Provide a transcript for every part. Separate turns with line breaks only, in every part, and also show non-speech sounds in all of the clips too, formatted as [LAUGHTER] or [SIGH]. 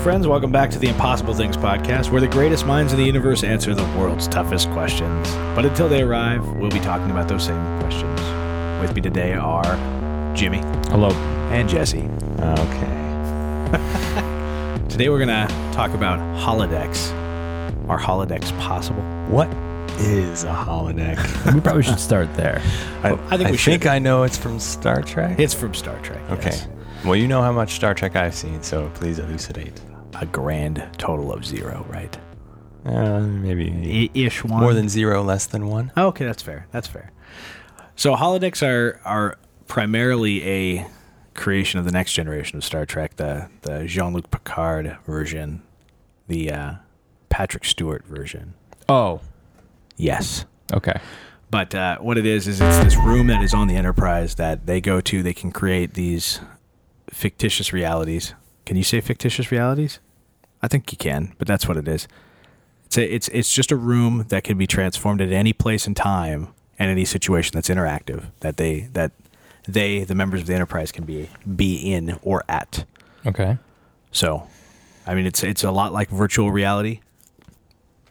friends. Welcome back to the Impossible Things podcast, where the greatest minds in the universe answer the world's toughest questions. But until they arrive, we'll be talking about those same questions. With me today are Jimmy
Hello.
and Jesse.
Okay.
Today we're going to talk about holodecks. Are holodecks possible?
What?
is a holodeck.
We probably should start there.
I,
[LAUGHS] I think we should.
I know it's from Star Trek.
It's from Star Trek.
okay.
yes.
Well, you know how much Star Trek I've seen, so please elucidate.
A grand total of zero, right?
Uh, maybe
Ish one.
more than zero, less than one.
Oh, okay, that's fair. That's fair. So holodecks are are primarily a creation of the next generation of Star Trek, the the Jean Luc Picard version, the uh, Patrick Stewart version.
Oh.
Yes.
Okay.
But uh, what it is is it's this room that is on the Enterprise that they go to. They can create these fictitious realities. Can you say fictitious realities? I think you can, but that's what it is. It's a, it's it's just a room that can be transformed at any place and time and any situation that's interactive that they that they the members of the Enterprise can be be in or at.
Okay.
So, I mean, it's it's a lot like virtual reality.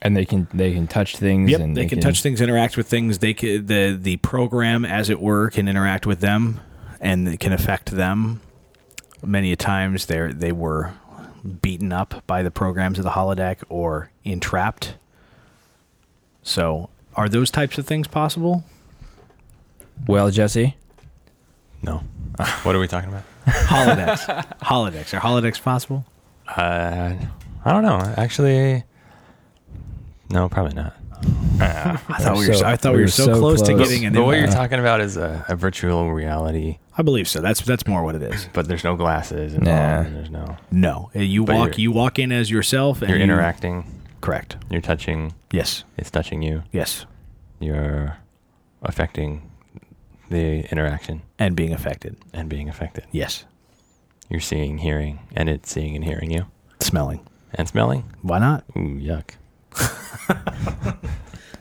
And they can they can touch things.
Yep,
and
they, can, touch things, interact with things. They can, the the program, as it were, can interact with them, and it can affect them. Many a times, they they were beaten up by the programs of the holodeck or entrapped. So, are those types of things possible?
Well, Jesse. [LAUGHS]
No. what are we talking about?
Holodecks, holodecks are holodecks possible?
Uh, I don't know. Actually, no, probably not.
I thought we
We're
were.
so-
So, I thought we
we're
were so,
so
close, to
close.
getting an.
but what you're
invite.
talking about is a, a virtual reality,
I believe so. That's that's more what it is.
but there's no glasses involved.
Nah.
and There's no.
No, you
But
walk
you're-
you walk in as yourself and
Mm.
You're
you-
interacting.
Correct.
You're touching.
Yes.
It's touching you.
Yes.
You're affecting the interaction
And being affected.
and being affected.
Yes.
You're seeing, hearing, and it's seeing and hearing you.
Smelling.
And smelling?
Why not?
Ooh, yuck.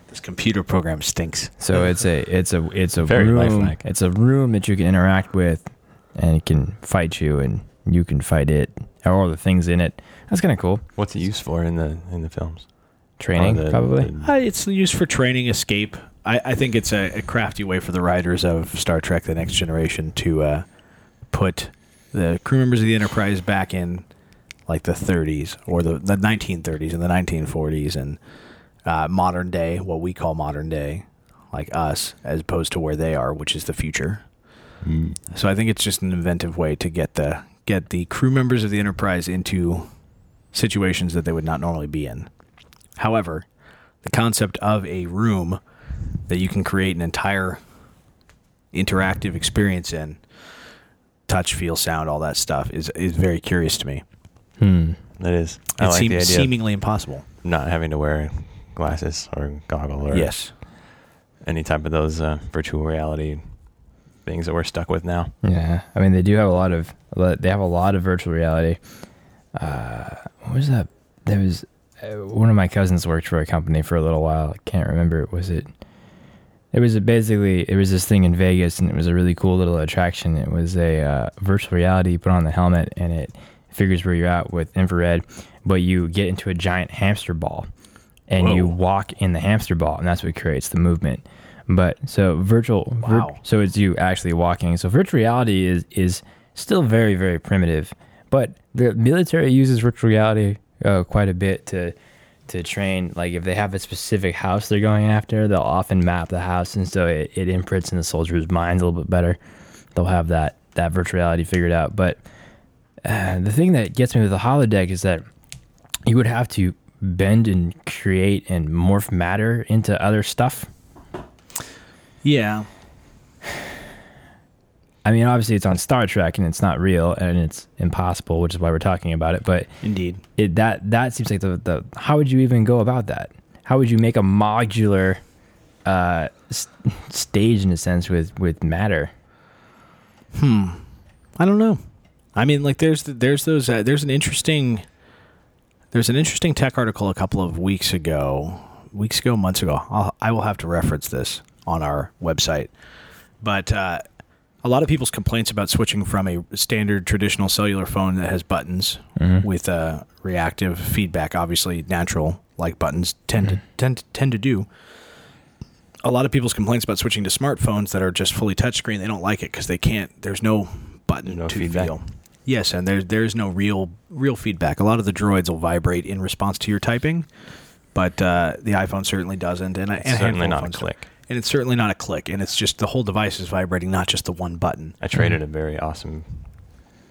This computer program stinks.
So it's a it's a it's a
Very
room.
lifelike.
It's a room that you can interact with, and it can fight you, and you can fight it, or all the things in it. That's kind of cool.
What's it used for in the in the films?
Training,
Or the-
probably.
the-
Uh, it's used for training escape. I, I think it's a, a crafty way for the writers of Star Trek: The Next Generation to uh, put the crew members of the Enterprise back in like the 30s or the, the 1930s and the 1940s and uh, modern day, what we call modern day, like us, as opposed to where they are, which is the future.
Mm.
So I think it's just an inventive way to get the get the crew members of the Enterprise into situations that they would not normally be in. However, the concept of a room that you can create an entire interactive experience in touch, feel, sound, all that stuff is is very curious to me.
Hmm.
that is.
It
I like
seems
the idea
seemingly impossible.
of not having to wear glasses or goggle or
Yes.
any type of those uh, virtual reality things that we're stuck with now.
Yeah, I mean they do have a lot of they have a lot of virtual reality. Uh, what was that? There was uh, one of my cousins worked for a company for a little while. I can't remember. Was it? It was a, basically it was this thing in Vegas, and it was a really cool little attraction. It was a uh, virtual reality. You put on the helmet, and it figures where you're at with infrared. But you get into a giant hamster ball, and you
Whoa.
walk in the hamster ball, and that's what creates the movement. But so virtual, vir-
Wow.
so it's you actually walking. So virtual reality is is still very very primitive, but the military uses virtual reality uh, quite a bit to to train. Like if they have a specific house they're going after, they'll often map the house, and so it, it imprints in the soldiers' minds a little bit better. They'll have that that virtual reality figured out. But uh, the thing that gets me with the holodeck is that you would have to bend and create and morph matter into other stuff.
Yeah.
I mean, obviously, it's on Star Trek and it's not real and it's impossible, which is why we're talking about it. But
Indeed.
it, that that seems like the, the how would you even go about that? How would you make a modular uh, s- stage in a sense with with matter?
I don't know. I mean, like there's th there's those uh, there's an interesting there's an interesting tech article a couple of weeks ago, weeks ago, months ago. I'll, I will have to reference this on our website, but uh, a lot of people's complaints about switching from a standard traditional cellular phone that has buttons
Mm-hmm.
Mm-hmm.
with uh, reactive feedback, obviously natural like buttons tend
Mm-hmm.
to tend to, tend to do. A lot of people's complaints about switching to smartphones that are just fully touchscreen, they don't like it because they can't. There's no button
No
to
feedback.
feel. Yes, and there's there's no real real feedback. A lot of the droids will vibrate in response to your typing, but uh, the iPhone certainly doesn't, and, I- and a handful
certainly
of
not a
phones don't.
click.
And it's certainly not a click, and it's just the whole device is vibrating, not just the one button.
I traded a
Mm-hmm.
very awesome,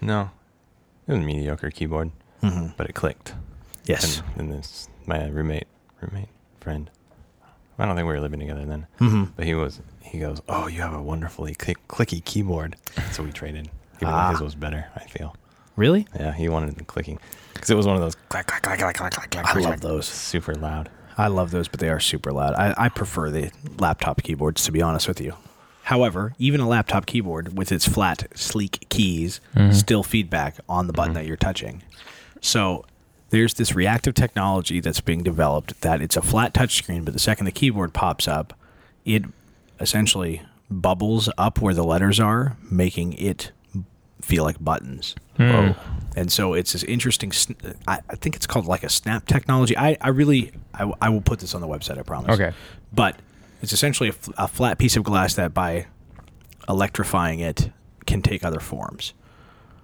no, it was a mediocre keyboard,
Mhm.
but it clicked.
Yes.
And, and this, my roommate, roommate, friend, I don't think we were living together then,
hmm
but he was, he goes, Oh, you have a wonderfully click, clicky keyboard. So we traded. Even though
Ah.
his was better, I feel.
Really?
Yeah, he wanted the clicking because it was one of those clack, clack, clack, clack, clack, clack, clack.
I
clack,
love
clack,
those.
Super loud.
I love those, but they are super loud. I, I prefer the laptop keyboards, to be honest with you. However, even a laptop keyboard with its flat, sleek keys, still feedback on the button that you're touching. So there's this reactive technology that's being developed that it's a flat touchscreen, but the second the keyboard pops up, it essentially bubbles up where the letters are, making it feel like buttons.
Hmm.
And so it's this interesting. sn- I, I think it's called like a snap technology. I, I really, I, w- I will put this on the website. I promise.
Okay.
But it's essentially a, f- a flat piece of glass that, by electrifying it, can take other forms.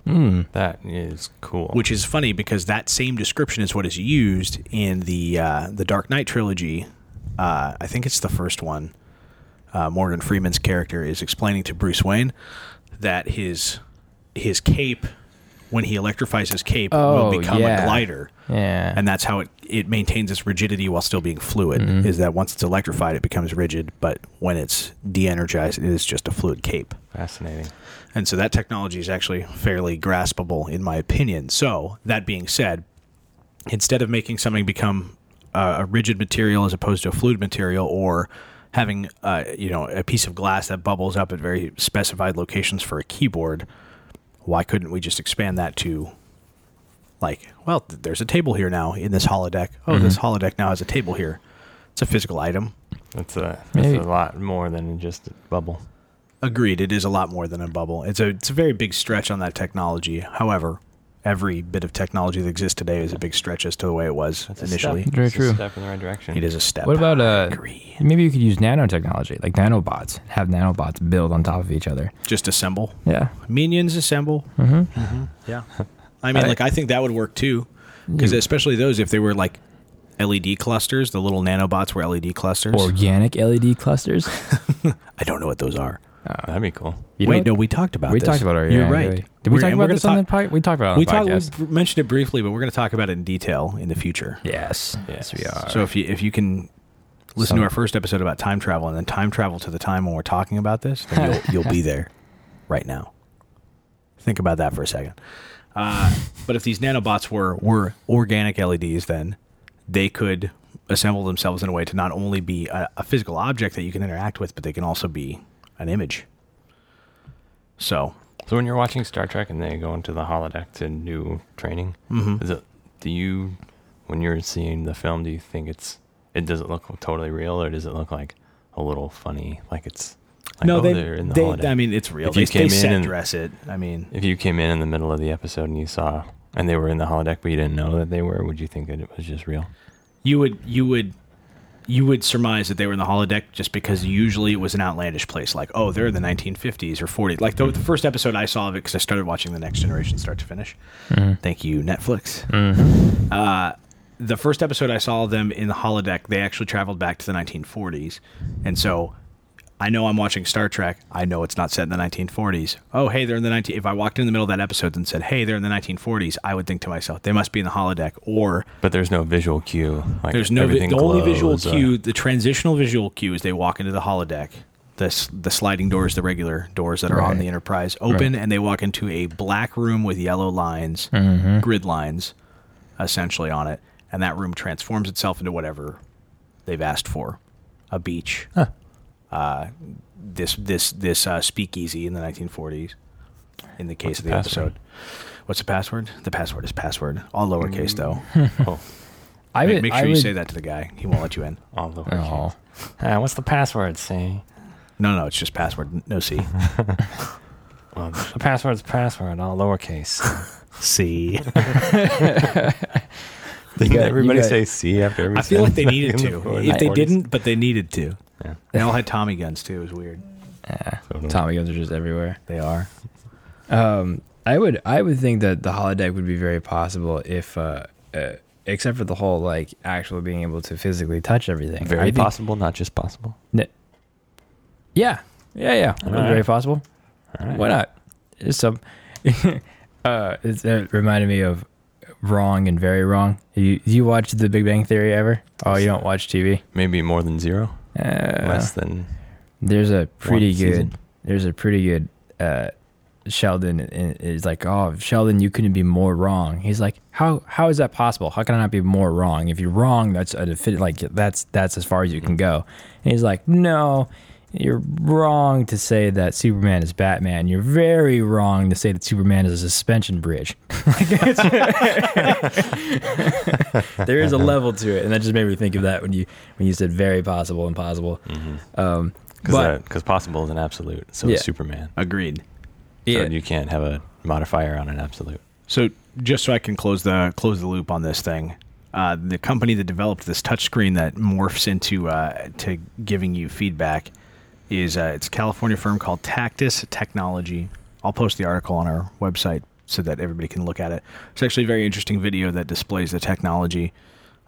Hmm.
That is cool.
Which is funny because that same description is what is used in the uh, the Dark Knight trilogy. Uh, I think it's the first one. Uh, Morgan Freeman's character is explaining to Bruce Wayne that his his cape, when he electrifies his cape, will
Oh,
become
yeah.
a glider.
Yeah.
And that's how it, it maintains its rigidity while still being fluid.
Mm-hmm.
Is that once it's electrified, it becomes rigid, but when it's de energized, it is just a fluid cape.
Fascinating.
And so that technology is actually fairly graspable, in my opinion. So, that being said, instead of making something become uh, a rigid material as opposed to a fluid material or having uh, you know a piece of glass that bubbles up at very specified locations for a keyboard why couldn't we just expand that to like well th- there's a table here now in this holodeck oh this holodeck now has a table here it's a physical item
That's a that's
Maybe-
a lot more than just a bubble.
Agreed. It is a lot more than a bubble. It's a it's a very big stretch on that technology. However, every bit of technology that exists today is a big stretch as to the way it was
That's
initially.
a step.
Very
It's a
true.
step in the right direction.
It is a step.
What about uh?
agree.
Maybe you could use nanotechnology, like nanobots. Have nanobots build on top of each other.
just assemble
Yeah.
minions? Assemble. Mm-hmm. Yeah. [LAUGHS] I mean,
I- Mm.
like I think that would work too, because
Yeah.
especially those if they were like LED clusters, the little nanobots were LED clusters.
Organic
[LAUGHS]
LED clusters. Uh,
I don't know what those are.
That'd be cool.
You
Wait,
know-
no, we talked about
we
this.
talked about it.
You're
yeah,
right.
yeah. Did we
We're-
talk
and we're
about
gonna
this on the podcast? We talked about it on
we
the
talked.
podcast.
We mentioned it briefly, but we're going to talk about it in detail in the future.
Yes.
Yes.
Yes, we are.
So if you if you can listen
Some-
to our first episode about time travel and then time travel to the time when we're talking about this, then [LAUGHS] you'll you'll be there right now. Think about that for a second. Uh, but if these nanobots were were organic LEDs, then they could assemble themselves in a way to not only be a, a physical object that you can interact with, but they can also be an image. So
So when you're watching Star Trek and they go into the holodeck to do training,
Mm-hmm.
is it do you when you're seeing the film, do you think it's it does it look totally real or does it look like a little funny? Like it's like oh, they're in the holodeck.
I mean, it's real.
If you
They, they
came in
set
and-
dress it. I mean,
if you came in in the middle of the episode and you saw and they were in the holodeck but you didn't know that they were, would you think that it was just real?
you would you would you would surmise that they were in the holodeck just because usually it was an outlandish place like oh they're in the 1950s or 40s like the, the first episode i saw of it because i started watching the next generation start to finish thank you netflix uh, the first episode i saw of them in the holodeck they actually traveled back to the 1940s and so i know i'm watching star trek i know it's not set in the 1940s oh hey they're in the 19 if i walked in the middle of that episode and said hey they're in the 1940s i would think to myself they must be in the holodeck or
But there's no visual cue. Like
there's no vi-
everything
the only visual
glows, uh,
cue, the transitional visual cue is they walk into the holodeck. The s- the sliding doors, the regular doors that are on
Right.
the Enterprise, open, and they walk into a black room with yellow lines, grid lines, essentially on it, and that room transforms itself into whatever they've asked for, a beach, uh, this this this uh, speakeasy in the 1940s. In the case
What's
of
the
the
password?
episode, what's the password? The password is password, all lowercase though.
[LAUGHS] oh,
I
Make,
would,
make
I
sure you
would-
say that to the guy. He won't let you in.
all the
Oh.
Ah, what's the password saying? [LAUGHS]
No, no, it's just password. No C.
Well, the password's password, all lowercase.
See,
Didn't
got- you
everybody
got-
say C after every
I feel like they needed
sentence [LAUGHS]
to.
in the 40s,
If they
40s?
didn't, but they needed to.
Yeah.
They all had Tommy guns too. It was weird.
Totally.
Tommy guns are just everywhere.
Mm. They are.
Um, I would I would think that the holodeck would be very possible if, uh, uh, except for the whole like actual being able to physically touch everything. I
Very
think-
possible, not just possible.
N- yeah, yeah, yeah. That's
Alright.
Very possible.
Alright.
Why not? It's some. [LAUGHS] uh, it's, it reminded me of wrong and very wrong. You you watch The Big Bang Theory ever? Oh, you don't watch TV.
Maybe more than zero,
Uh,
less than
there's a pretty
one
good.
season.
There's a pretty good. Uh, Sheldon i- is like, oh, Sheldon, you couldn't be more wrong. He's like, how how is that possible? How can I not be more wrong? If you're wrong, that's a defi- like that's that's as far as you can go. And he's like, no, you're wrong to say that Superman is Batman. You're very wrong to say that Superman is a suspension bridge. [LAUGHS] Like, it's- there is a level to it, and that just made me think of that when you when you said very possible and possible.
mm-hmm.
Um, but-
because uh, because possible is an absolute. So
Yeah.
is Superman.
Agreed.
So you can't have a modifier on an absolute.
So just so I can close the close the loop on this thing, uh, the company that developed this touchscreen that morphs into uh, to giving you feedback is uh, it's a California firm called Tactus Technology. I'll post the article on our website so that everybody can look at it. It's actually a very interesting video that displays the technology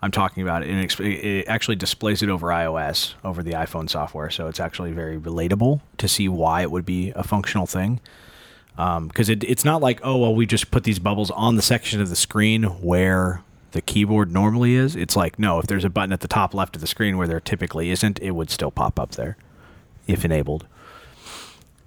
I'm talking about, and it, exp- it actually displays it over iOS over the iPhone software. So it's actually very relatable to see why it would be a functional thing because Um, it, it's not like oh well we just put these bubbles on the section of the screen where the keyboard normally is it's like no if there's a button at the top left of the screen where there typically isn't it would still pop up there if enabled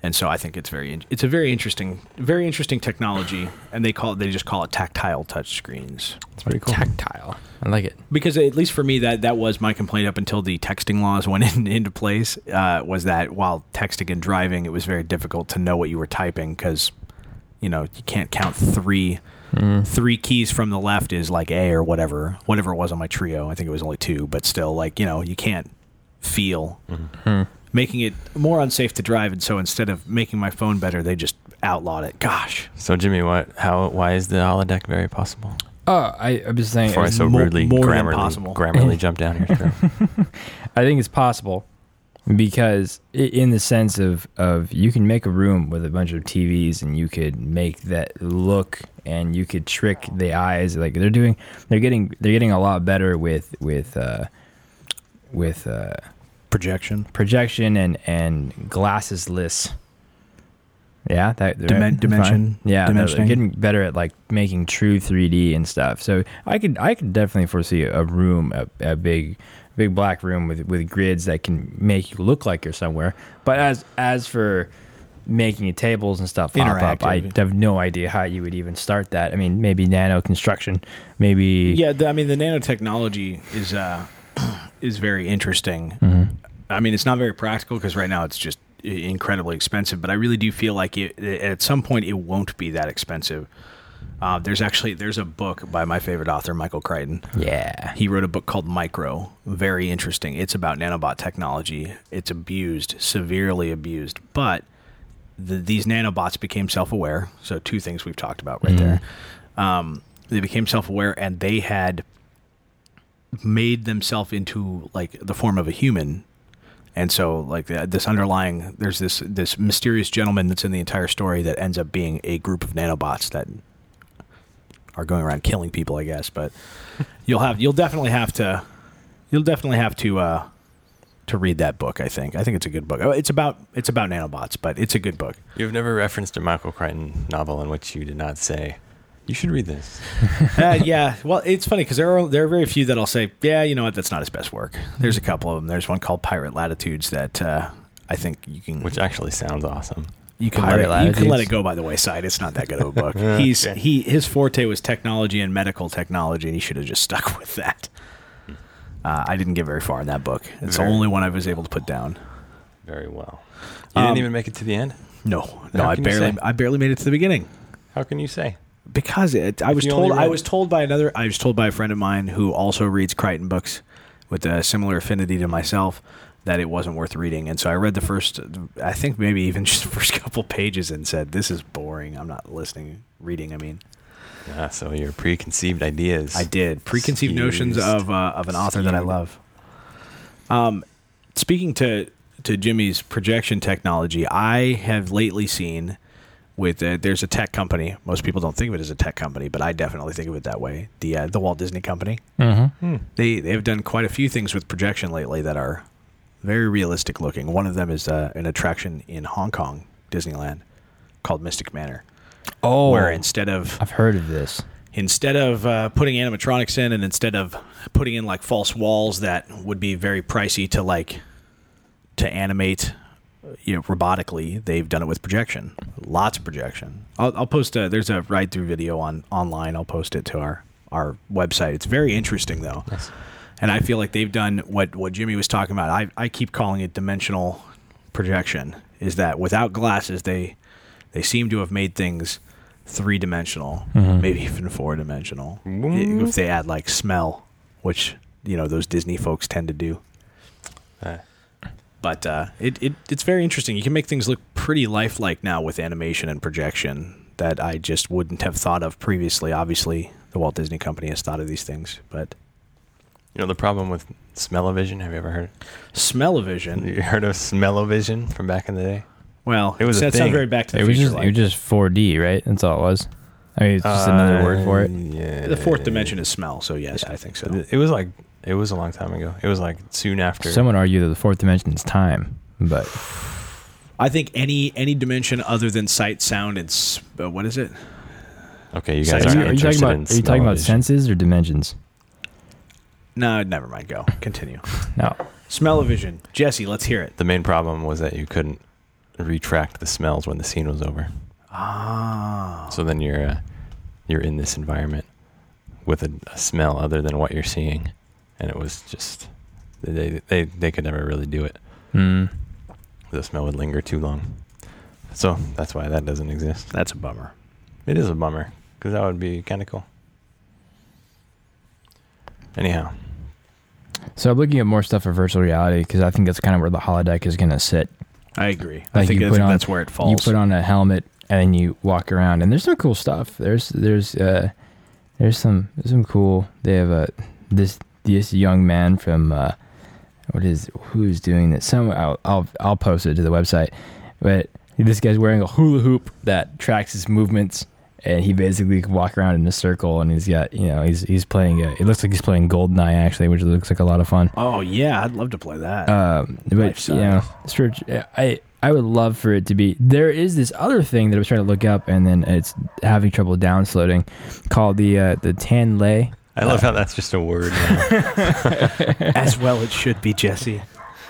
and so i think it's very in- it's a very interesting very interesting technology and they call it they just call it tactile touch screens
It's pretty cool. Tactile. I like it.
because at least for me that that was my complaint up until the texting laws [LAUGHS] went in, into place uh, was that while texting and driving it was very difficult to know what you were typing because you know you can't count three
Mm.
three keys from the left is like a or whatever whatever it was on my trio i think it was only two but still like you know you can't feel making it more unsafe to drive and so instead of making my phone better they just outlawed it gosh
So Jimmy, what? How? Why is the holodeck very possible?
Oh, I, I'm just saying.
Before I
it's-
so
mo-
rudely
more than
grammarly,
possible. [LAUGHS]
grammarly jump down your throat.
I think it's possible because, i- in the sense of of you can make a room with a bunch of TVs and you could make that look and you could trick the eyes. Like they're doing, they're getting they're getting a lot better with with uh, with uh,
projection
projection and and glassesless. Yeah, that right?
Dimen- dimension-
Fine. Yeah, they're- they're
dimensioning.
getting better at like making true 3D and stuff. So I could I could definitely foresee a room, a, a big big black room with with grids that can make you look like you're somewhere. But as as for making tables and stuff pop up, I
Interactive.
have no idea how you would even start that. I mean, maybe nano construction, maybe
Yeah, the, I mean the nanotechnology is uh, [CLEARS THROAT] is very interesting. I mean, it's not very practical because right now it's just i- incredibly expensive. But I really do feel like it, at some point it won't be that expensive. Uh, there's actually there's a book by my favorite author Michael Crichton.
yeah.
He wrote a book called Micro. Very interesting. It's about nanobot technology. It's abused, severely abused, but the, these nanobots became self-aware. So two things we've talked about right there. Um, they became self-aware, and they had made themselves into like the form of a human. And so, like the, this underlying, there's this this mysterious gentleman that's in the entire story that ends up being a group of nanobots that are going around killing people, I guess. But you'll have you'll definitely have to you'll definitely have to uh, to read that book. I think I think it's a good book. Oh, It's about it's about nanobots, but it's a good book.
You've never referenced a Michael Crichton novel in which you did not say, "You should read this."
uh, yeah. Well, it's funny because there are there are very few that I'll say, yeah, you know what, that's not his best work. There's a couple of them. There's one called Pirate Latitudes that uh, I think you can
Which actually sounds awesome.
you can let
Pirate
it, you can let
Latitudes?
it go by the wayside. It's not that good of a book. He's he his forte was technology and medical technology, and he should have just [LAUGHS] stuck with that. Uh, I didn't get very far in that book. It's
Very-
the only one I was able to put down.
Very well. You didn't
Um,
even make it to the end.
No, no,
How
I
can you
barely
say?
I barely made it to the beginning.
How can you say?
because it, I was
you only
told I
read-
was told by another I was told by a friend of mine who also reads Crichton books with a similar affinity to myself that it wasn't worth reading. And so I read the first, I think maybe even [LAUGHS] just the first couple pages and said, this is boring. I'm not listening, reading, I mean.
Yeah, Ah, so your preconceived ideas.
I did preconceived notions
Excused.
of uh, of an author that I
Skewed.
love. Um, speaking to to Jimmy's projection technology, I have lately seen with uh there's a tech company. Most people don't think of it as a tech company, but I definitely think of it that way. The uh, the Walt Disney Company.
Mm-hmm.
They they have done quite a few things with projection lately that are very realistic looking. One of them is uh, an attraction in Hong Kong Disneyland called Mystic Manor,
Oh,
where instead of
I've heard of this.
instead of uh, putting animatronics in and instead of putting in like false walls that would be very pricey to like to animate you know robotically they've done it with projection lots of projection i'll, I'll post a there's a ride through video on online i'll post it to our our website it's very interesting though and i feel like they've done what what jimmy was talking about i, I keep calling it dimensional projection is that without glasses they they seem to have made things three dimensional, maybe even four dimensional. If they add like smell, which you know those Disney folks tend to do.
Uh,
But uh, it, it it's very interesting. You can make things look pretty lifelike now with animation and projection that I just wouldn't have thought of previously. Obviously, the Walt Disney Company has thought of these things, but
you know the problem with smell-o-vision. Have you ever heard?
smell-o-vision.
You heard of smell-o-vision from back in the day?
Well,
It was a
that sounds
thing.
very Back to the
It was
Future.
just it was just 4D, right? That's all it was. I mean, it's just another word for it.
Uh, Yeah.
the fourth dimension is smell, so yes, I think so.
It was like it was a long time ago. It was like soon
Uh,
after.
Some would argue that the fourth dimension is time, but
I think any any dimension other than sight, sound, and s- uh, what is it?
okay, you
So
guys
are
are
aren't
you, are you talking
interested
about
in
are you talking about
smell-o-vision.
senses or dimensions?
No, never mind. Go. Continue.
No.
Smell of vision. Jesse, let's hear it.
The main problem was that you couldn't retract the smells when the scene was over.
Ah.
So then you're uh, you're in this environment with a, a smell other than what you're seeing, and it was just they they they could never really do it.
Mm.
The smell would linger too long. So that's why that doesn't exist.
That's a bummer.
It is a bummer because that would be kind of cool. Anyhow,
So I'm looking at more stuff for virtual reality because I think that's kind of where the holodeck is going to sit.
I agree. I
Like,
think,
you
I
put
think
on-
that's where it falls.
You put on a helmet and you walk around, and there's some cool stuff. There's there's uh there's some there's some cool. They have a this this young man from uh what is who's doing this? Some I'll I'll, I'll post it to the website, but this guy's wearing a hula hoop that tracks his movements. And he basically can walk around in a circle, and he's got you know he's he's playing. A, it looks like he's playing Goldeneye actually, which looks like a lot of fun.
oh yeah, I'd love to play that.
[LAUGHS] Um, but you
Lifestyle.
know, search. I I would love for it to be. There is this other thing that I was trying to look up, and then it's having trouble downloading, called the uh, the Tan Lay.
I love how that's just a word.
[LAUGHS]
Now.
As well it should be, Jesse.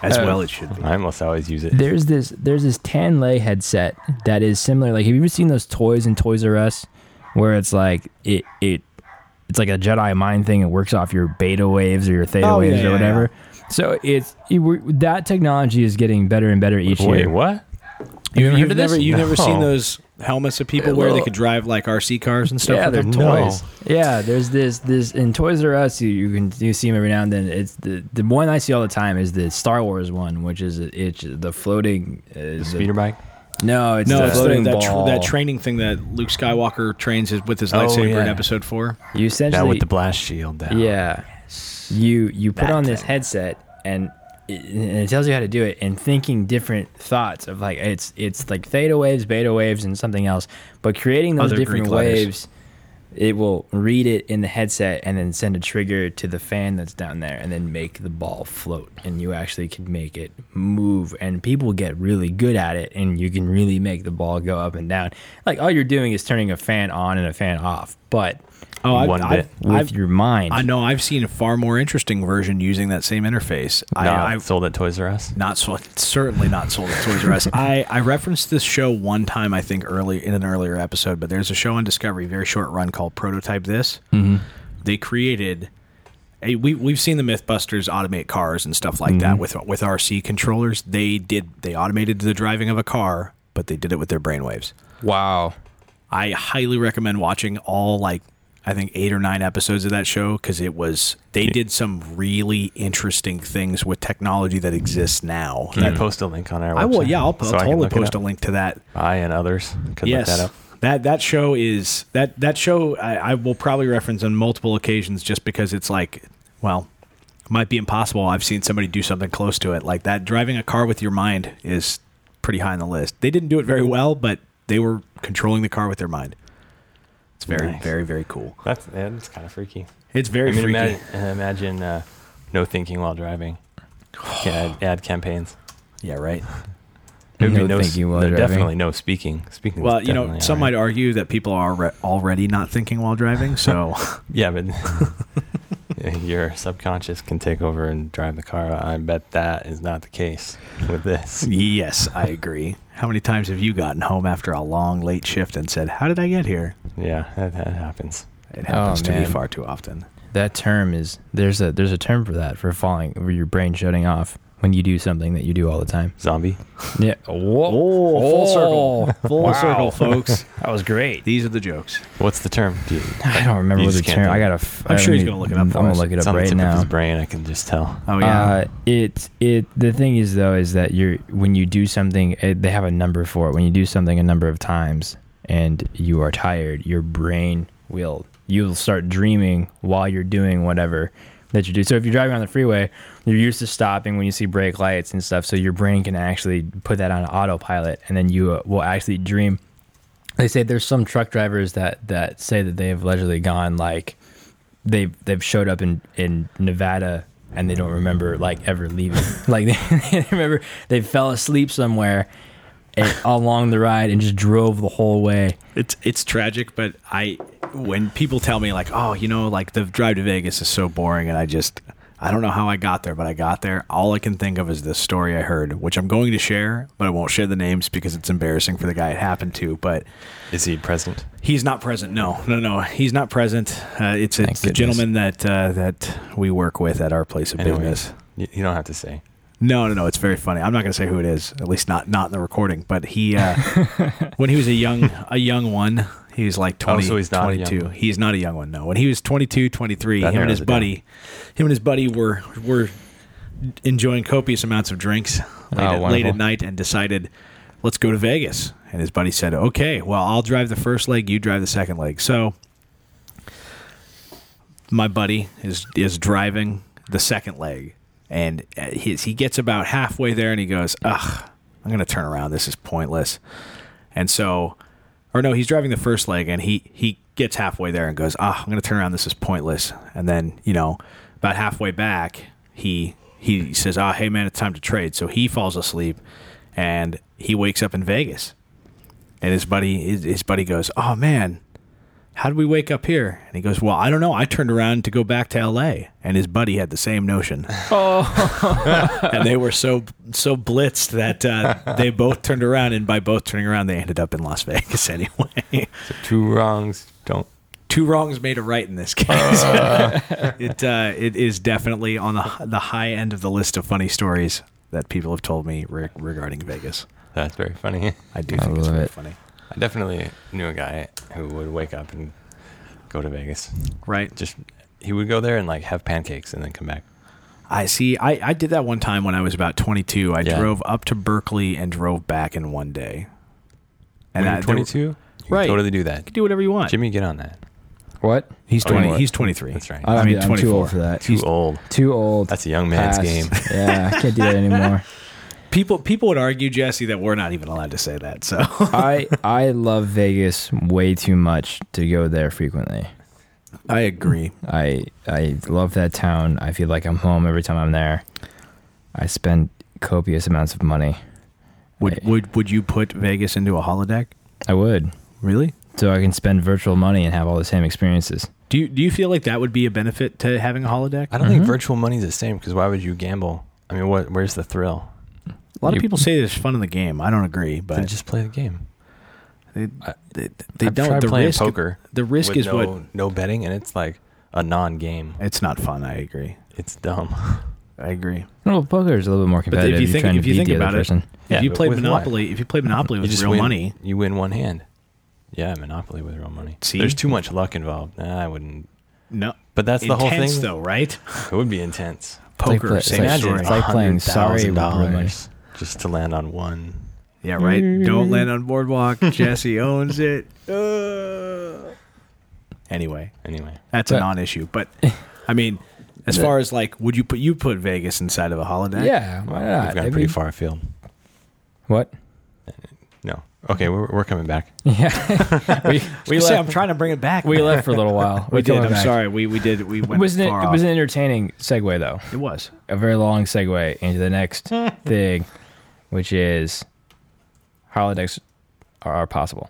As
Uh,
well it should be.
I almost always use it.
There's this there's this Tan Lay headset that is similar. Like, have you ever seen those toys in Toys R Us, where it's like it it it's like a Jedi mind thing. It works off your beta waves or your theta
Oh, yeah,
waves
yeah,
or whatever. So it's it, we're, that technology is getting better and better each
Wait,
year.
what?
You
ever
have
heard of
never
this?
you never
No.
seen those helmets that people
Uh,
wear they
little-
could drive like RC cars and stuff
Yeah,
with
they're
them?
toys. Yeah, there's this this in Toys R Us you, you can you see them every now and then. It's the the one I see all the time is the Star Wars one, which is it's the floating uh, is
Speeder
a,
bike.
no, it's
No,
the
it's the,
floating
that,
ball.
tr- that training thing that Luke Skywalker trains his, with his
Oh,
lightsaber in
yeah.
Episode Four.
you
Now
essentially
with the blast shield. Down.
yeah, you you put
That
on this
thing.
headset and. It, and it tells you how to do it and thinking different thoughts of like it's it's like theta waves, beta waves, and something else. But creating those
Other
different
Greek letters.
waves, it will read it in the headset and then send a trigger to the fan that's down there and then make the ball float and you actually can make it move and people get really good at it and you can really make the ball go up and down like all you're doing is turning a fan on and a fan off but
Oh, I've,
One
I've,
bit.
with
I've-
your mind
I know I've seen a far more interesting version using that same interface. I,
Not
I,
sold at Toys R Us.
not sold, certainly not sold at Toys R Us. I, I referenced this show one time, I think, early in an earlier episode, but there's a show on Discovery, very short run called Prototype This. Mm-hmm. They created. A, we we've seen the MythBusters automate cars and stuff like that with with RC controllers. They did they automated the driving of a car, but they did it with their brainwaves.
wow
I highly recommend watching all like I think eight or nine episodes of that show because it was they did some really interesting things with technology that exists now.
Can I post a link on our website?
Mm. I will. Yeah, I'll, I'll
so I can
totally
look it
post a
up?
link to that.
I and others can
yes,
look that up.
that that show is that that show I, I will probably reference on multiple occasions just because it's like, well, it might be impossible. I've seen somebody do something close to it like that. Driving a car with your mind is pretty high on the list. They didn't do it very well, but they were controlling the car with their mind. It's very,
Nice.
very, very cool.
That's that's kind of freaky.
It's very
I mean,
freaky.
imagine, imagine uh, no thinking
[SIGHS]
while driving. Can add, add campaigns.
Yeah, right.
It would be
No
no s-
thinking while
there
driving.
Definitely no speaking. Speaking.
Well, you know, some might argue that people are re- already not thinking while driving,
[LAUGHS]
so
Yeah, but [LAUGHS] your subconscious can take over and drive the car. I bet that is not the case with
[LAUGHS]
this.
yes, I agree. How many times have you gotten home after a long late shift and said, "How did I get here?"
Yeah, that, that happens.
It happens to me
man.
far too often.
That term is there's a there's a term for that for falling for your brain shutting off when you do something that you do all the time.
Zombie.
Yeah. Oh, Whoa.
full Oh, [LAUGHS] circle, folks.
That was great.
These are the jokes.
What's the term? Do you-
I don't remember
You
what the
just can't
term.
do
I
it.
gotta. f-
I'm
I
sure he's
need-
gonna look it up
I'm
for
gonna
us.
look it
it's
up
on the
right
tip of
now.
his brain. I can just tell.
Oh yeah,
Uh, it it the thing is though is that you're when you do something it, they have a number for it. When you do something a number of times and you are tired, your brain will you'll start dreaming while you're doing whatever that you do. So if you're driving on the freeway, you're used to stopping when you see brake lights and stuff. So your brain can actually put that on autopilot, and then you uh, will actually dream. They say there's some truck drivers that that say that they have allegedly gone like they've they've showed up in in Nevada and they don't remember like ever leaving. [LAUGHS] like they, they remember they fell asleep somewhere eh, along the ride and just drove the whole way.
it's it's tragic, but I when people tell me like, oh, you know, like the drive to Vegas is so boring, and I just I don't know how I got there, but I got there. All I can think of is this story I heard, which I'm going to share, but I won't share the names because it's embarrassing for the guy it happened to. But
Is he present?
He's not present. No, no, no. He's not present. Uh, it's
Thank
it's the
goodness.
gentleman that uh, that we work with at our place of business.
Anyways, you, you don't have to say.
No, no, no. It's very funny. I'm not going to say who it is. At least not not in the recording. But he,
[LAUGHS]
uh, when he was a young a young one, he was like 20,
Oh, so he's not a young
22.
one.
He's not a young one. No, when he was 22, 23,
That
him and
narrows
his
it down.
buddy, him and his buddy were were enjoying copious amounts of drinks late,
Oh,
at, late
wonderful.
at night, and decided let's go to Vegas. And his buddy said, "Okay, well, I'll drive the first leg. You drive the second leg." So my buddy is is driving the second leg, and uh, his, he gets about halfway there, and he goes, "Ugh, I'm gonna turn around. This is pointless." And so, or no, he's driving the first leg, and he he gets halfway there and goes, "Ah, I'm gonna turn around. This is pointless." And then you know, about halfway back, he he says, "Ah, hey man, it's time to trade." So he falls asleep, and he wakes up in Vegas, and his buddy his, his buddy goes, "Oh man." how did we wake up here? And he goes, well, I don't know. I turned around to go back to L.A. And his buddy had the same notion. [LAUGHS]
Oh,
and they were so so blitzed that uh, they both turned around. And by both turning around, they ended up in Las Vegas [LAUGHS] anyway.
So two wrongs don't.
Two wrongs made a right in this case. [LAUGHS] it uh, it is definitely on the the high end of the list of funny stories that people have told me re- regarding Vegas.
That's very funny. [LAUGHS]
I do
I
think it's
love
very
it.
funny,
I definitely knew a guy who would wake up and go to Vegas.
right?
Just he would go there and like have pancakes and then come back.
I see. I, I did that one time when I was about 22. I
Yeah.
drove up to Berkeley and drove back in one day. I-
And when you're
there-
22, you can
Right.
totally do that.
you can do whatever you want.
Jimmy, get on that.
what?
he's
Oh, you know
20.
what?
he's 23.
That's right.
I'm,
I mean,
I'm too
24.
old for that.
Too old.
Too old.
That's a young man's
Past.
game.
[LAUGHS] yeah, I can't do that
[LAUGHS]
anymore.
People people would argue Jesse that we're not even allowed to say that. So
I I love Vegas way too much to go there frequently.
[LAUGHS] I agree.
I I love that town. I feel like I'm home every time I'm there. I spend copious amounts of money.
Would would would you put Vegas into a holodeck?
I would.
Really?
So I can spend virtual money and have all the same experiences.
Do you do you feel like that would be a benefit to having a holodeck?
I don't think virtual money's the same because why would you gamble? I mean, what? Where's the thrill?
A lot of
You-
people say there's fun in the game. I don't agree,
Then
but
just play the game.
they,
I-
they, they
I've
don't.
tried
The
playing
risk,
poker.
the risk
with
is
no,
what.
no betting, and it's like a non-game.
It's not fun. I agree. [LAUGHS]
It's dumb.
I agree.
Well, poker is a little bit more
But
competitive.
if you think
are trying
if you
to beat
think
the
about
other
it,
person.
if
Yeah,
you
but
played
with what?
Monopoly, if you played Monopoly with real
win,
money,
You win one hand. Yeah, Monopoly with real money.
See?
There's too much luck involved. Nah, I wouldn't.
No,
But that's the whole
Intense,
thing.
though, right?
It would be intense.
Poker,
play- it's
same
like-
story.
it's like playing Sorry with real
$100,000
money.
just to land on one.
yeah, right.
Mm-hmm.
Don't land on boardwalk.
[LAUGHS]
Jesse owns it. Uh. Anyway,
Anyway,
that's a
But-
non-issue. But I mean,
[LAUGHS]
as far as like, would you put you put Vegas inside of a holiday?
yeah, why not?
we've gone
I
pretty
mean-
far afield.
What? [LAUGHS]
No. Okay, we're, we're coming back.
[LAUGHS]
Yeah, we we
We say, I'm
left.
trying to bring it back.
We left for a little while.
[LAUGHS] We
We're
did.
coming
I'm
back.
sorry. We we did. We
It
went
was an,
far
it
off.
was an entertaining segue though.
it was.
A very long segue into the next
[LAUGHS]
thing, which is holidays are, are possible.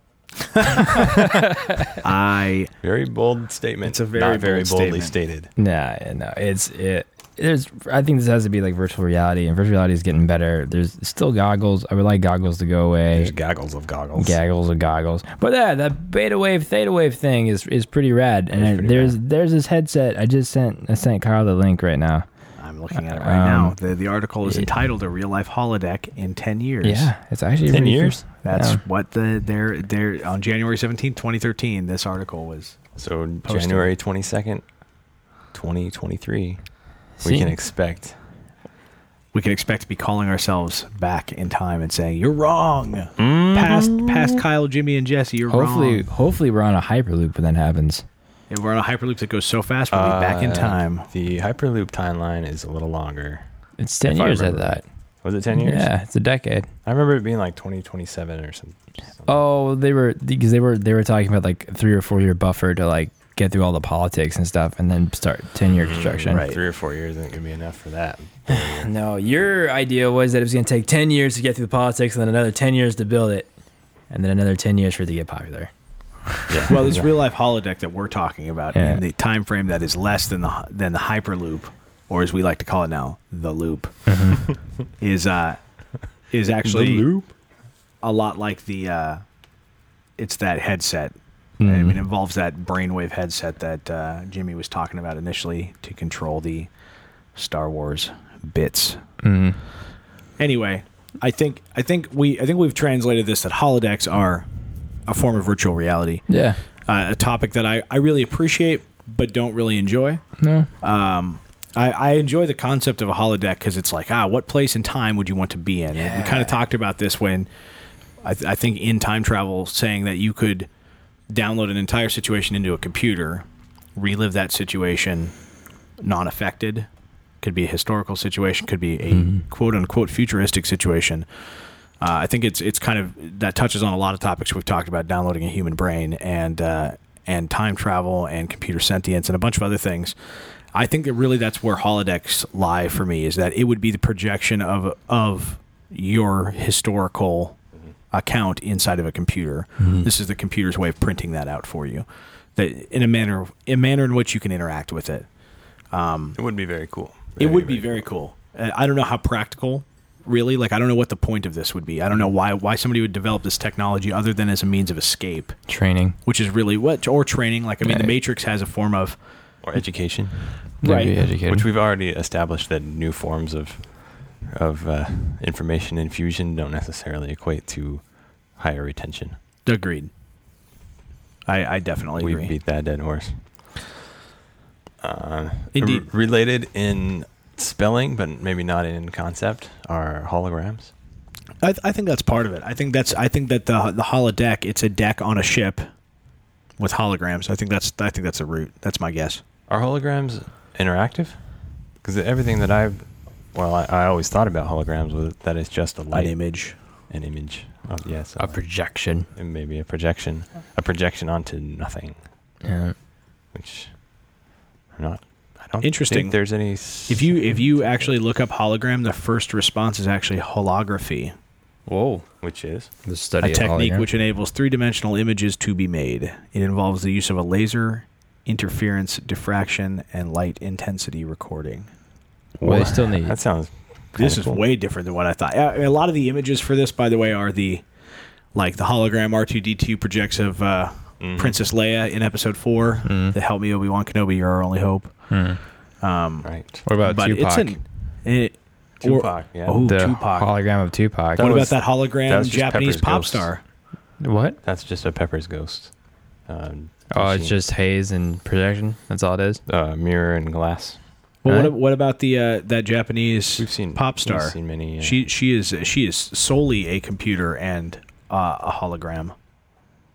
I
Very bold statement.
It's a very
Not very
bold
boldly
statement.
stated.
Nah, no, it's it. There's, I think this has to be like virtual reality, and virtual reality is getting better. There's still goggles. I would like goggles to go away.
There's goggles of goggles.
Gaggles or goggles. But yeah, that beta wave, theta wave thing is is pretty rad. And
is pretty
there's there's this headset. I just sent I sent Kyle the link right now.
I'm looking at it right now. The the article is entitled "A Real Life Holodeck in 10 Years."
Yeah, it's actually
Ten
really
years?
cool.
That's
Yeah.
what the they're they're on January 17, 2013. This article was
So
Posted.
January 22nd, 2023,
See?
we can expect
we can expect to be calling ourselves back in time and saying you're wrong. Past past Kyle, Jimmy, and Jesse, you're
Mm-hmm. hopefully
wrong.
hopefully we're on a hyperloop when that happens.
And we're on a hyperloop that goes so fast we'll be back in
Uh,
time.
The Hyperloop timeline is a little longer.
It's ten
If I
years at
remember
that.
Was it 10 years?
Yeah, it's a decade.
I remember it being like 2027 or something.
Oh, they were because they were they were talking about like three or four year buffer to like get through all the politics and stuff, and then start ten year construction.
right.
Three or four years isn't going to be enough for that.
No, your idea was that it was going to take 10 years to get through the politics and then another 10 years to build it and then another 10 years for it to get popular.
Well, this real life holodeck that we're talking about
Yeah.
in the time frame that is less than the than the hyperloop, or as we like to call it now, the loop,
Mm-hmm.
is uh is actually a lot like the uh, it's that headset.
Hmm.
I
Mm-hmm.
mean, it involves that brainwave headset that uh, Jimmy was talking about initially to control the Star Wars bits.
Mm.
Anyway, I think I think we I think we've translated this that holodecks are a form of virtual reality,
Yeah.
uh, a topic that I, I really appreciate but don't really enjoy.
No.
Um, I, I enjoy the concept of a holodeck because it's like, ah, what place and time would you want to be in? And we kind of talked about this when I, th- I think in time travel, saying that you could download an entire situation into a computer, relive that situation non affected, could be a historical situation, could be a quote unquote futuristic situation. Uh, I think it's it's kind of that touches on a lot of topics we've talked about downloading a human brain and uh, and time travel and computer sentience and a bunch of other things. I think that really that's where holodecks lie for me is that it would be the projection of of your historical account inside of a computer. This is the computer's way of printing that out for you, that in a manner in manner in which you can interact with it Um,
It would be very cool.
it would be very cool. Uh, I don't know how practical, really. Like I don't know what the point of this would be. I don't know why why somebody would develop this technology other than as a means of escape,
Training.
which is really what or training. Like I mean, the
Right.
Matrix has a form of
Or education,
Right.
which we've already established that new forms of of uh, information infusion don't necessarily equate to higher retention.
agreed. I, I definitely
We
agree.
beat that dead horse. Uh,
Indeed.
r- related in spelling, but maybe not in concept, are holograms.
I, th- I think that's part of it. I think that's I think that the the holodeck it's a deck on a ship with holograms. I think that's I think that's a route. That's my guess.
Are holograms interactive? Because everything that I've, well, I, I always thought about holograms was that it's just a light,
An image.
an image. Of, yes,
A projection.
maybe a projection, a projection onto nothing,
Yeah.
which I'm not. I don't
Interesting.
Think there's any. s-
If you if you actually look up hologram, the first response is actually holography.
Whoa.
which is
The
a
study of
technique
hologram.
which enables three-dimensional images to be made. It involves the use of a laser, interference, diffraction, and light intensity recording.
Well, they still need.
that sounds.
This
kinda
is
cool.
way different than what I thought. I- I mean, a lot of the images for this, by the way, are the like the hologram R2D2 projects of uh,
mm, Mm-hmm.
Princess Leia in Episode Four. The Help Me Obi Wan Kenobi, You're Our Only Hope. Um,
right.
Hmm. What about
but
Tupac?
it's an it, or-
Tupac, yeah.
Oh,
the
Tupac.
hologram of Tupac.
what
was-
about that
that
hologram
was just
Japanese
Pepper's
pop
Ghosts.
star?
What?
That's just a Pepper's Ghost. Um,
Oh, it's
machine.
just haze and projection. That's all it is.
uh, mirror and glass.
Well,
Huh?
what, what about the uh, that Japanese
We've seen
pop star?
We've seen many. uh,
She she is she is solely a computer and uh, a hologram.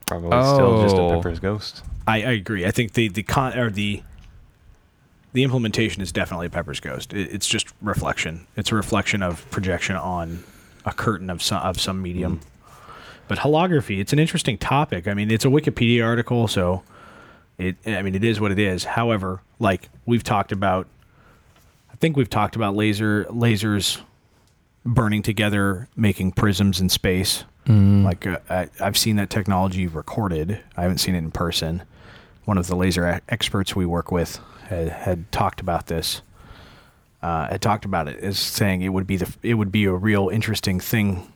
probably still just a
Oh.
Pepper's Ghost.
I, I agree. I think the the con or the the implementation is definitely Pepper's Ghost. It, it's just reflection. It's a reflection of projection on a curtain of some of some medium.
Mm-hmm.
But holography, it's an interesting topic. I mean, it's a Wikipedia article, so it. I mean, it is what it is. However, like we've talked about, I think we've talked about laser lasers burning together, making prisms in space.
Mm.
Like uh, I, I've seen that technology recorded. I haven't seen it in person. One of the laser e- experts we work with had, had talked about this. Uh, had talked about it as saying it would be the it would be a real interesting thing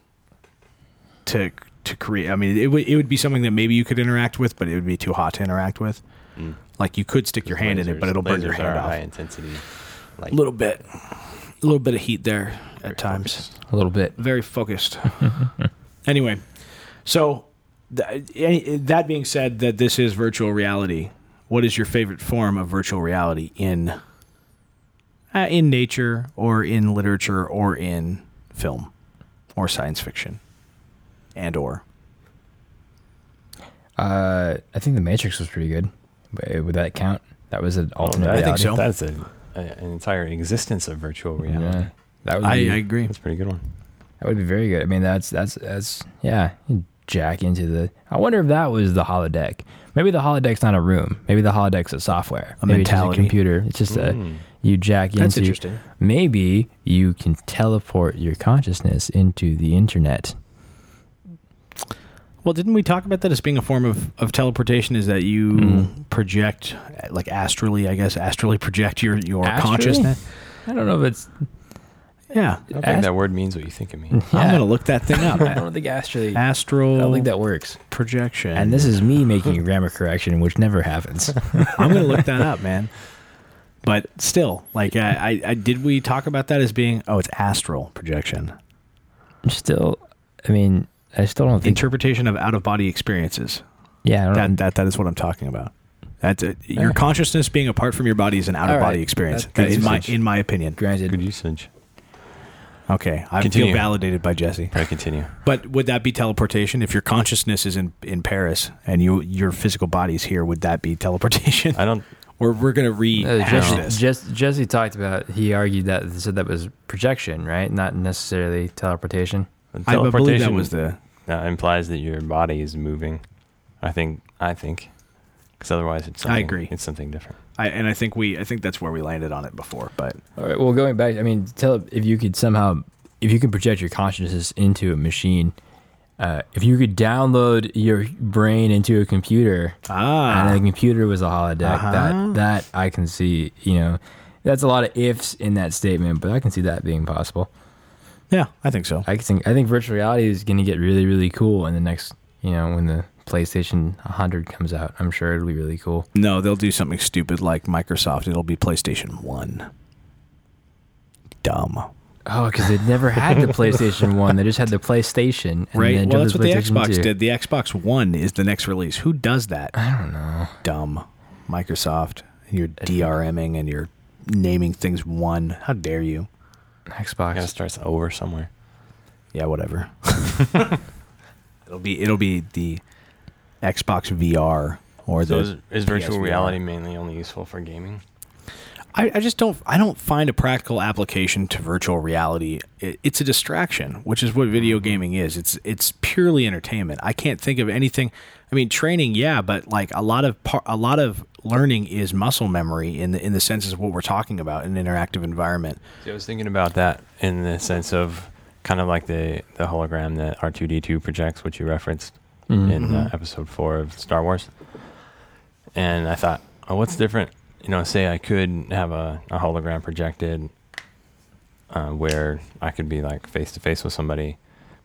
to to create. I mean, it would it would be something that maybe you could interact with, but it would be too hot to interact with. Like you could stick your hand in it, but
Mm. Lasers-
it'll burn your
lasers
hand
are
off.
High intensity. Like
A little bit, a little bit of heat there at times
A little bit.
very focused. [LAUGHS] anyway, so th- any- that being said, that this is virtual reality. What is your favorite form of virtual reality in uh, in nature, or in literature, or in film, or science fiction, and or
Uh, I think The Matrix was pretty good. But uh, would that count? That was an alternate
I
reality.
think so.
That's a, a, an entire existence of virtual reality.
Yeah, that would
I, I
be,
agree.
That's a pretty good one.
that would be very good. I mean, that's that's that's yeah. you Jack into the. I wonder if that was the holodeck. Maybe the holodeck's not a room. Maybe the holodeck's a software.
A
Maybe it's just
mentality.
computer. It's just
Mm.
a you jack
That's
into.
interesting.
Maybe you can teleport your consciousness into the internet.
Well, didn't we talk about that as being a form of, of teleportation? Is that you project, uh, like astrally, I guess, astrally project your, your
Astrally?
consciousness?
I don't know if it's.
Yeah.
I don't
Ast-
think that word means what you think it means.
I'm
Yeah.
going to look that [LAUGHS] thing up.
I don't think astrally. I
astral
don't think that works.
projection.
And this is me making a grammar correction, which never [LAUGHS] happens.
I'm gonna look that up, man. But still, like I, I, I did we talk about that as being oh, it's astral projection,
still, I mean, I still don't think.
interpretation of out of body experiences.
yeah, I
That
don't
that that is what I'm talking about. That's it. your consciousness being apart from your body is an out of body
right.
experience.
That- that
in
is
my
such-
in my opinion.
[LAUGHS]
Granted,
Good usage.
Okay, I
Continue.
feel validated by Jesse.
Right, continue.
But would that be teleportation if your consciousness is in in Paris and you your physical body's here? Would that be teleportation?
I don't.
Or [LAUGHS] we're gonna
Uh,
rehash
Jesse,
this?
Jesse, Jesse talked about. He argued that said that was projection, right? Not necessarily teleportation.
I
teleportation
believe that was the
uh, implies that your body is moving. I think. I think. Because otherwise, it's.
I
Something,
agree.
It's something different.
I, and I think we, I think that's where we landed on it before. But
All right. Well, going back, I mean, tell if you could somehow, if you could project your consciousness into a machine, uh, if you could download your brain into a computer,
ah,
and the computer was a holodeck,
Uh-huh.
that that I can see. You know, that's a lot of ifs in that statement, but I can see that being possible.
yeah, I think so.
I think I think virtual reality is going to get really really cool in the next you know when the PlayStation 100 comes out. I'm sure it'll be really cool.
No, they'll do something stupid like Microsoft. It'll be PlayStation One. Dumb,
Oh, because they never had the
[LAUGHS]
PlayStation One; they just had the PlayStation. And
right?
then
Well, that's
jumped
what the
to PlayStation
Xbox
2.
did. The Xbox One is the next release. Who does that? I don't know. Dumb, Microsoft. You're DRMing and you're naming things one. How dare you?
I gotta
Xbox.
start over somewhere.
Yeah, [LAUGHS] whatever. it'll be it'll be the Xbox VR or
So
the
is, is virtual
PSVR.
reality mainly only useful for gaming?
I, I just don't I don't find a practical application to virtual reality. It, it's a distraction, which is what video
Mm-hmm.
gaming is. It's it's purely entertainment. I can't think of anything. I mean, training, yeah, but like a lot of par, a lot of learning is muscle memory in the in the sense of what we're talking about in an interactive environment.
See, I was thinking about that in the sense of kind of like the the hologram that R two D two projects, which you referenced
Mm-hmm.
in uh, episode four of Star Wars. And I thought, oh, what's different? You know, say I could have a, a hologram projected uh, where I could be like face to face with somebody.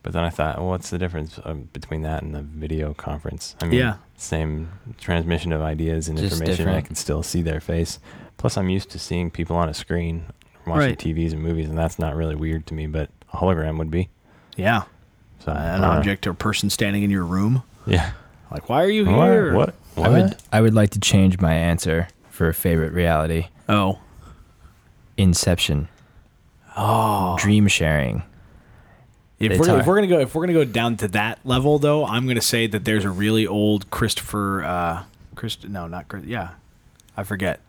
But then I thought, well, what's the difference um, between that and the video conference? I mean,
Yeah.
same transmission of ideas and
Just
information. I
different.
can still see their face. Plus, I'm used to seeing people on a screen watching
Right.
TVs and movies, and that's not really weird to me. But a hologram would be.
Yeah,
So I
an
don't know.
object or person standing in your room.
Yeah.
Like, why are you
Why-
here?
[LAUGHS] What?
I
What?
would I would like to change my answer for favorite reality.
Oh,
Inception. Oh. Dream sharing.
If
They
we're,
tie.
if we're gonna go if we're gonna go down to that level though, I'm gonna say that there's a really old Christopher uh Christ no not Chris yeah I forget.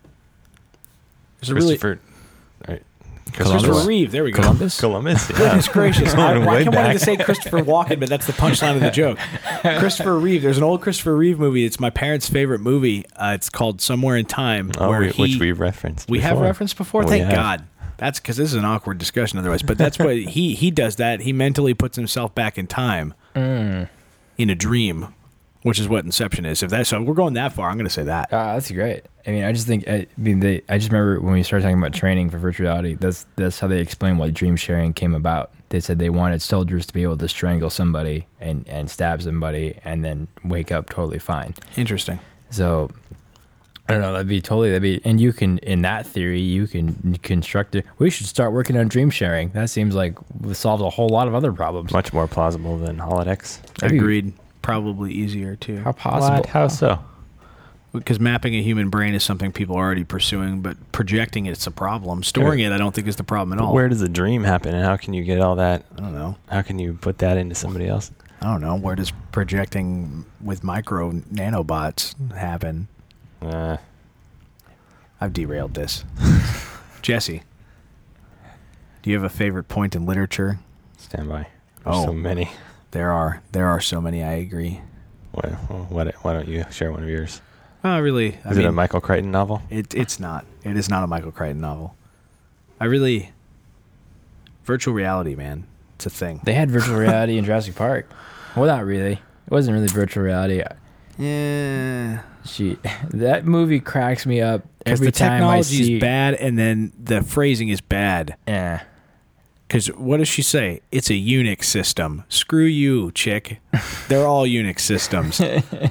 There's a really
Christopher. Right.
Christopher
Columbus?
Reeve. There we go.
Columbus?
Columbus.
[LAUGHS]
Yeah.
Goodness
[LAUGHS]
gracious! I,
Going
why
way
can I wanted
back.
to say Christopher Walken, but that's the punchline of the
[LAUGHS]
joke. Christopher Reeve. There's an old Christopher Reeve movie. It's my parents' favorite movie. Uh, it's called Somewhere in Time.
Oh,
where
we-
he-
which we referenced.
we have
before. Oh,
referenced before.
We
Thank
have.
God. That's because this is an awkward discussion otherwise. But that's what he he does. That he mentally puts himself back in time
Mm.
in a dream, which is what Inception is. If that so, we're going that far. I'm going to say that.
Uh, that's great. I mean, I just think I mean they. I just remember when we started talking about training for virtual reality. That's that's how they explained why dream sharing came about. They said they wanted soldiers to be able to strangle somebody and and stab somebody and then wake up totally fine.
Interesting.
So I don't know. That'd be totally. That'd be. And you can in that theory, you can construct it. We should start working on dream sharing. That seems like we solved a whole lot of other problems.
Much more plausible than holodecks.
That'd be-
Agreed. Probably easier too,
How possible?
How so?
because mapping a human brain is something people are already pursuing, but projecting it's a problem. Storing it, I don't think is the problem at all.
Where does the dream happen, and how can you get all that?
I don't know.
How can you put that into somebody else?
I don't know. Where does projecting with micro nanobots happen?
Uh,
I've derailed this. [LAUGHS] Jesse, do you have a favorite point in literature?
stand by. There's
Oh.
so many.
There are there are so many. I agree.
Why, why, why don't you share one of yours?
Oh, really? I
Is it a
mean,
Michael Crichton novel?
it, it's not. It is not a Michael Crichton novel. I really. Virtual reality, man. It's a thing.
They had virtual reality in Jurassic Park. Well, not really. It wasn't really virtual reality.
Yeah.
She [LAUGHS] that movie cracks me up
Because
every
the
time I
technology
see.
is bad, and then the phrasing is bad.
Yeah.
Because what does she say? It's a Unix system. Screw you, [LAUGHS] chick. They're all Unix [LAUGHS] systems, and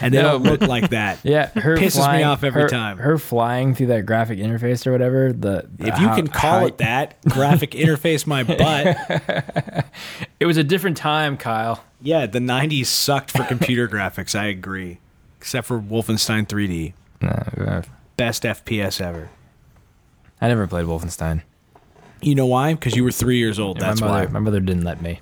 they
No,
don't look like [LAUGHS] that.
Yeah, her
Pisses me
flying-
off every
her-
time.
Her flying through that graphic interface or whatever. The, the
If you
how-
can call
how-
it that, [LAUGHS] graphic interface my butt.
it was a different time, Kyle.
Yeah, the 90s sucked for computer graphics. I agree. Except for Wolfenstein 3D. Best FPS ever.
I never played Wolfenstein.
You know why? Because you were three years old. That's
my mother,
why.
my mother didn't let me.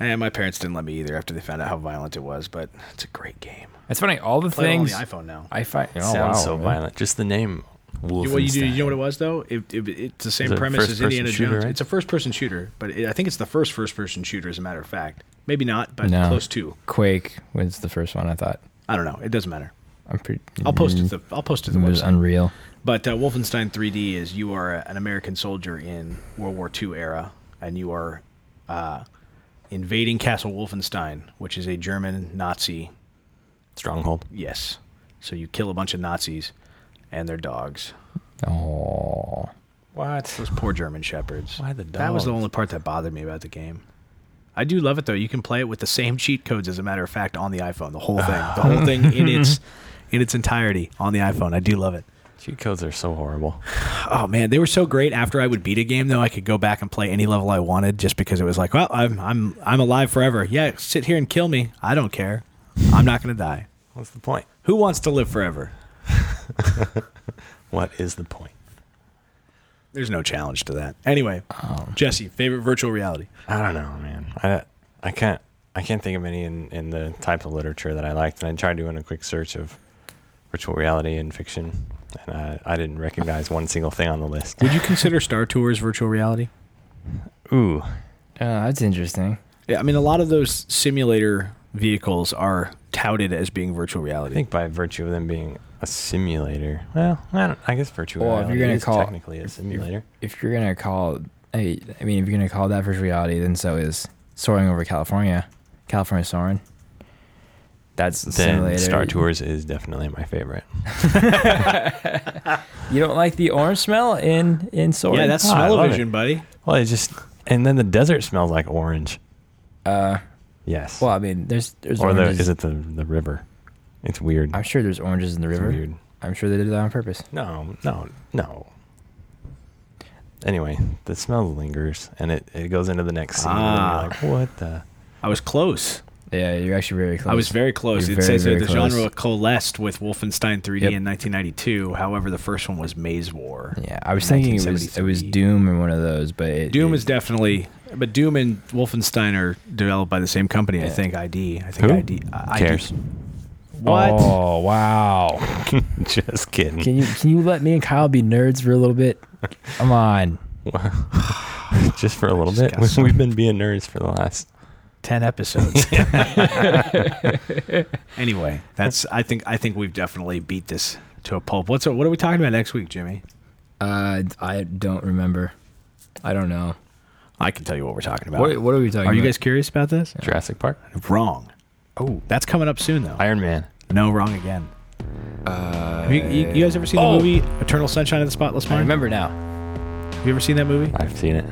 And my parents didn't let me either after they found out how violent it was, but it's a great game.
It's funny. All the
Play it on
things
the iPhone now.
I find oh,
Sounds
wow,
so
man.
violent. Just the name.
You, well, you, do, you know what it was though? It, it, it's the same
It's a
premise as
first-person
Indiana
shooter,
Jones.
right?
It's a first-person shooter, but it, I think it's the first first-person shooter, as a matter of fact. Maybe not, but
No.
close to.
Quake was the first one I thought.
I don't know. It doesn't matter.
I'm pretty.
I'll post it. To the, I'll post it to
It
the
was
website.
Unreal.
But uh, Wolfenstein 3D is you are a- an American soldier in World War II era, and you are uh, invading Castle Wolfenstein, which is a German Nazi.
Stronghold.
Yes, so you kill a bunch of Nazis and their dogs.
Oh,
What?
Those poor German shepherds.
Why the
That was the
dogs?
only part that bothered me about the game. I do love it though. You can play it with the same cheat codes, as a matter of fact, on the iPhone. The whole thing, the whole thing
[LAUGHS]
in its in its entirety on the iPhone. I do love it.
Cheat codes are so horrible.
Oh man, they were so great. After I would beat a game, though, I could go back and play any level I wanted, just because it was like, well, I'm I'm I'm alive forever. Yeah, sit here and kill me. I don't care. I'm not gonna die.
What's the point?
Who wants to live forever?
What is the point?
There's no challenge to that. Anyway, Jesse, favorite virtual reality.
I don't know, man. I I can't I can't think of any in, in the type of literature that I liked. And I tried doing a quick search of virtual reality and fiction, and I, I didn't recognize one single thing on the list.
Would you consider Star Tours virtual reality?
Ooh,
oh, that's interesting.
Yeah, I mean, a lot of those simulator vehicles are touted as being virtual
I
reality.
think by virtue of them being a simulator. Well, I, don't, I guess virtual
Well, if
reality
you're gonna
is
call-
technically a simulator.
if you're gonna call hey, I mean if you're gonna call that virtual reality, then so is soaring over California. California soaring. That's
Then
simulator.
Star Tours is definitely my favorite.
You don't like the orange smell in in soaring?
yeah, that's
Oh, I love
smell-o-vision, buddy.
Well, it's just and then the desert smells like orange.
uh
Yes.
well I mean there's there's
or the,
oranges.
is it the the river? It's weird.
I'm sure there's oranges in the
It's
river.
weird.
I'm sure they did that on purpose.
No, no, no. Anyway, the smell lingers and it, it goes into the [LAUGHS] next scene.
Ah.
And you're like, what the?
I was close.
Yeah, you're actually very close.
I was very close.
You're
it
very,
says here
very
the
close.
genre coalesced with Wolfenstein 3D
Yep.
in 1992. However, the first one was Maze War.
Yeah, I was thinking it was it was
1973.
Doom or one of those, but it,
Doom
it-
is definitely, but Doom and Wolfenstein are developed by the same company. I think ID. I think
Who
ID. I- ID.
cares?
What?
Oh [LAUGHS] wow!
Just kidding.
Can you can you let me and Kyle be nerds for a
[LAUGHS]
little bit? Come on,
Just for a little bit.
got some-
[LAUGHS] We've been being nerds for the last.
Ten episodes. [LAUGHS] anyway, that's. I think. I think we've definitely beat this to a pulp. What's what are we talking about next week, Jimmy?
uh, I don't remember. I don't know.
I can tell you what we're talking about.
What, what are we talking?
are you
about?
guys curious about this?
Jurassic Park.
Wrong.
Oh,
That's coming up soon, though.
Iron Man.
no, wrong again. Have you, you, you guys ever seen
Oh!
the movie Eternal Sunshine of the Spotless
Uh, I
Mind?
remember now.
Have you ever seen that movie?
I've seen it.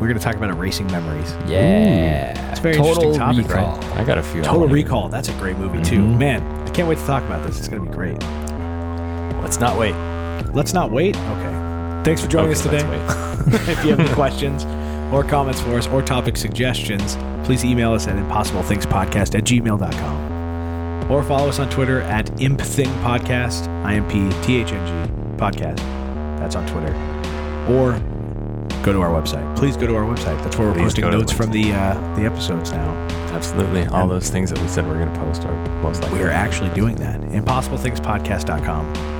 We're going to talk about erasing memories.
Yeah,
It's a very
Total
interesting topic,
recall.
right?
I got a few. I
Total
wanna-
Recall. That's a great movie, too. Man, I can't wait to talk about this. It's going to be great.
Let's not wait.
Let's not wait. Okay. Thanks for joining us
Okay, let's
today. [LAUGHS]
wait. [LAUGHS]
if you have any questions or comments for us or topic suggestions, please email us at impossiblethingspodcast at gmail.com. Or follow us on Twitter at impthingpodcast, I-M-P-T-H-N-G podcast. That's on Twitter. Or go to our website. Please go to our website. That's where we're
Please
posting
go to the
notes from the uh, the episodes now.
Absolutely. All those things that we said we are going to post are most likely.
We are actually doing that. ImpossibleThingsPodcast.com.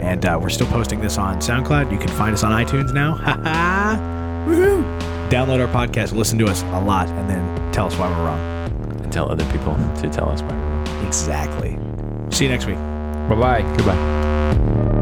And uh, we're still posting this on SoundCloud. You can find us on iTunes now. [LAUGHS] Ha ha! Woohoo! Download our podcast, listen to us a lot, and then tell us why we're wrong.
And tell other people to tell us why we're wrong.
Exactly. See you next week.
Bye bye. Goodbye.